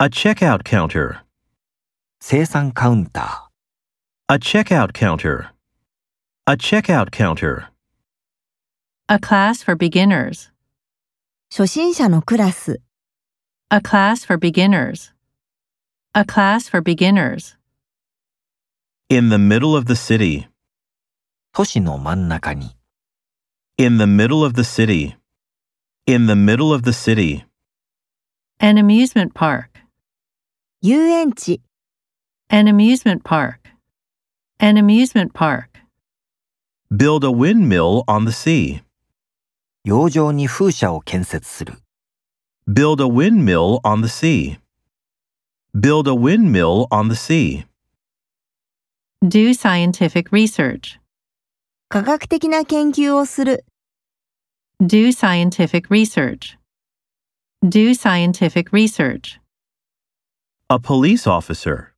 A checkout counter. 生産カウンタ A checkout counter. A checkout counter. A class for beginners. 初心者のクラス、 A class for beginners. A class for beginners. In the middle of the city. ー都市の真ん中に In the middle of the city. In the middle of the city. An amusement park. 遊園地、 An amusement park. An amusement park. Build a windmill on the sea. 洋上に風車を建設する Build a windmill on the sea. Build a windmill on the sea. Do scientific research. 科学的な研究をする、 Do scientific research. Do scientific research. A police officer.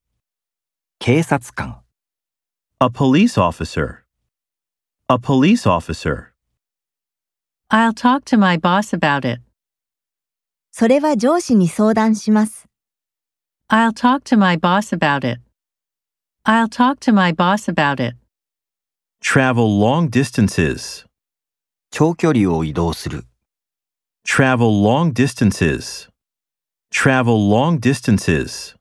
警察官 A police officer. A police officer. I'll talk to my boss about it. それは上司に相談します。 I'll talk to my boss about it. I'll talk to my boss about it. Travel long distances. 長距離を移動する Travel long distances. Travel long distances.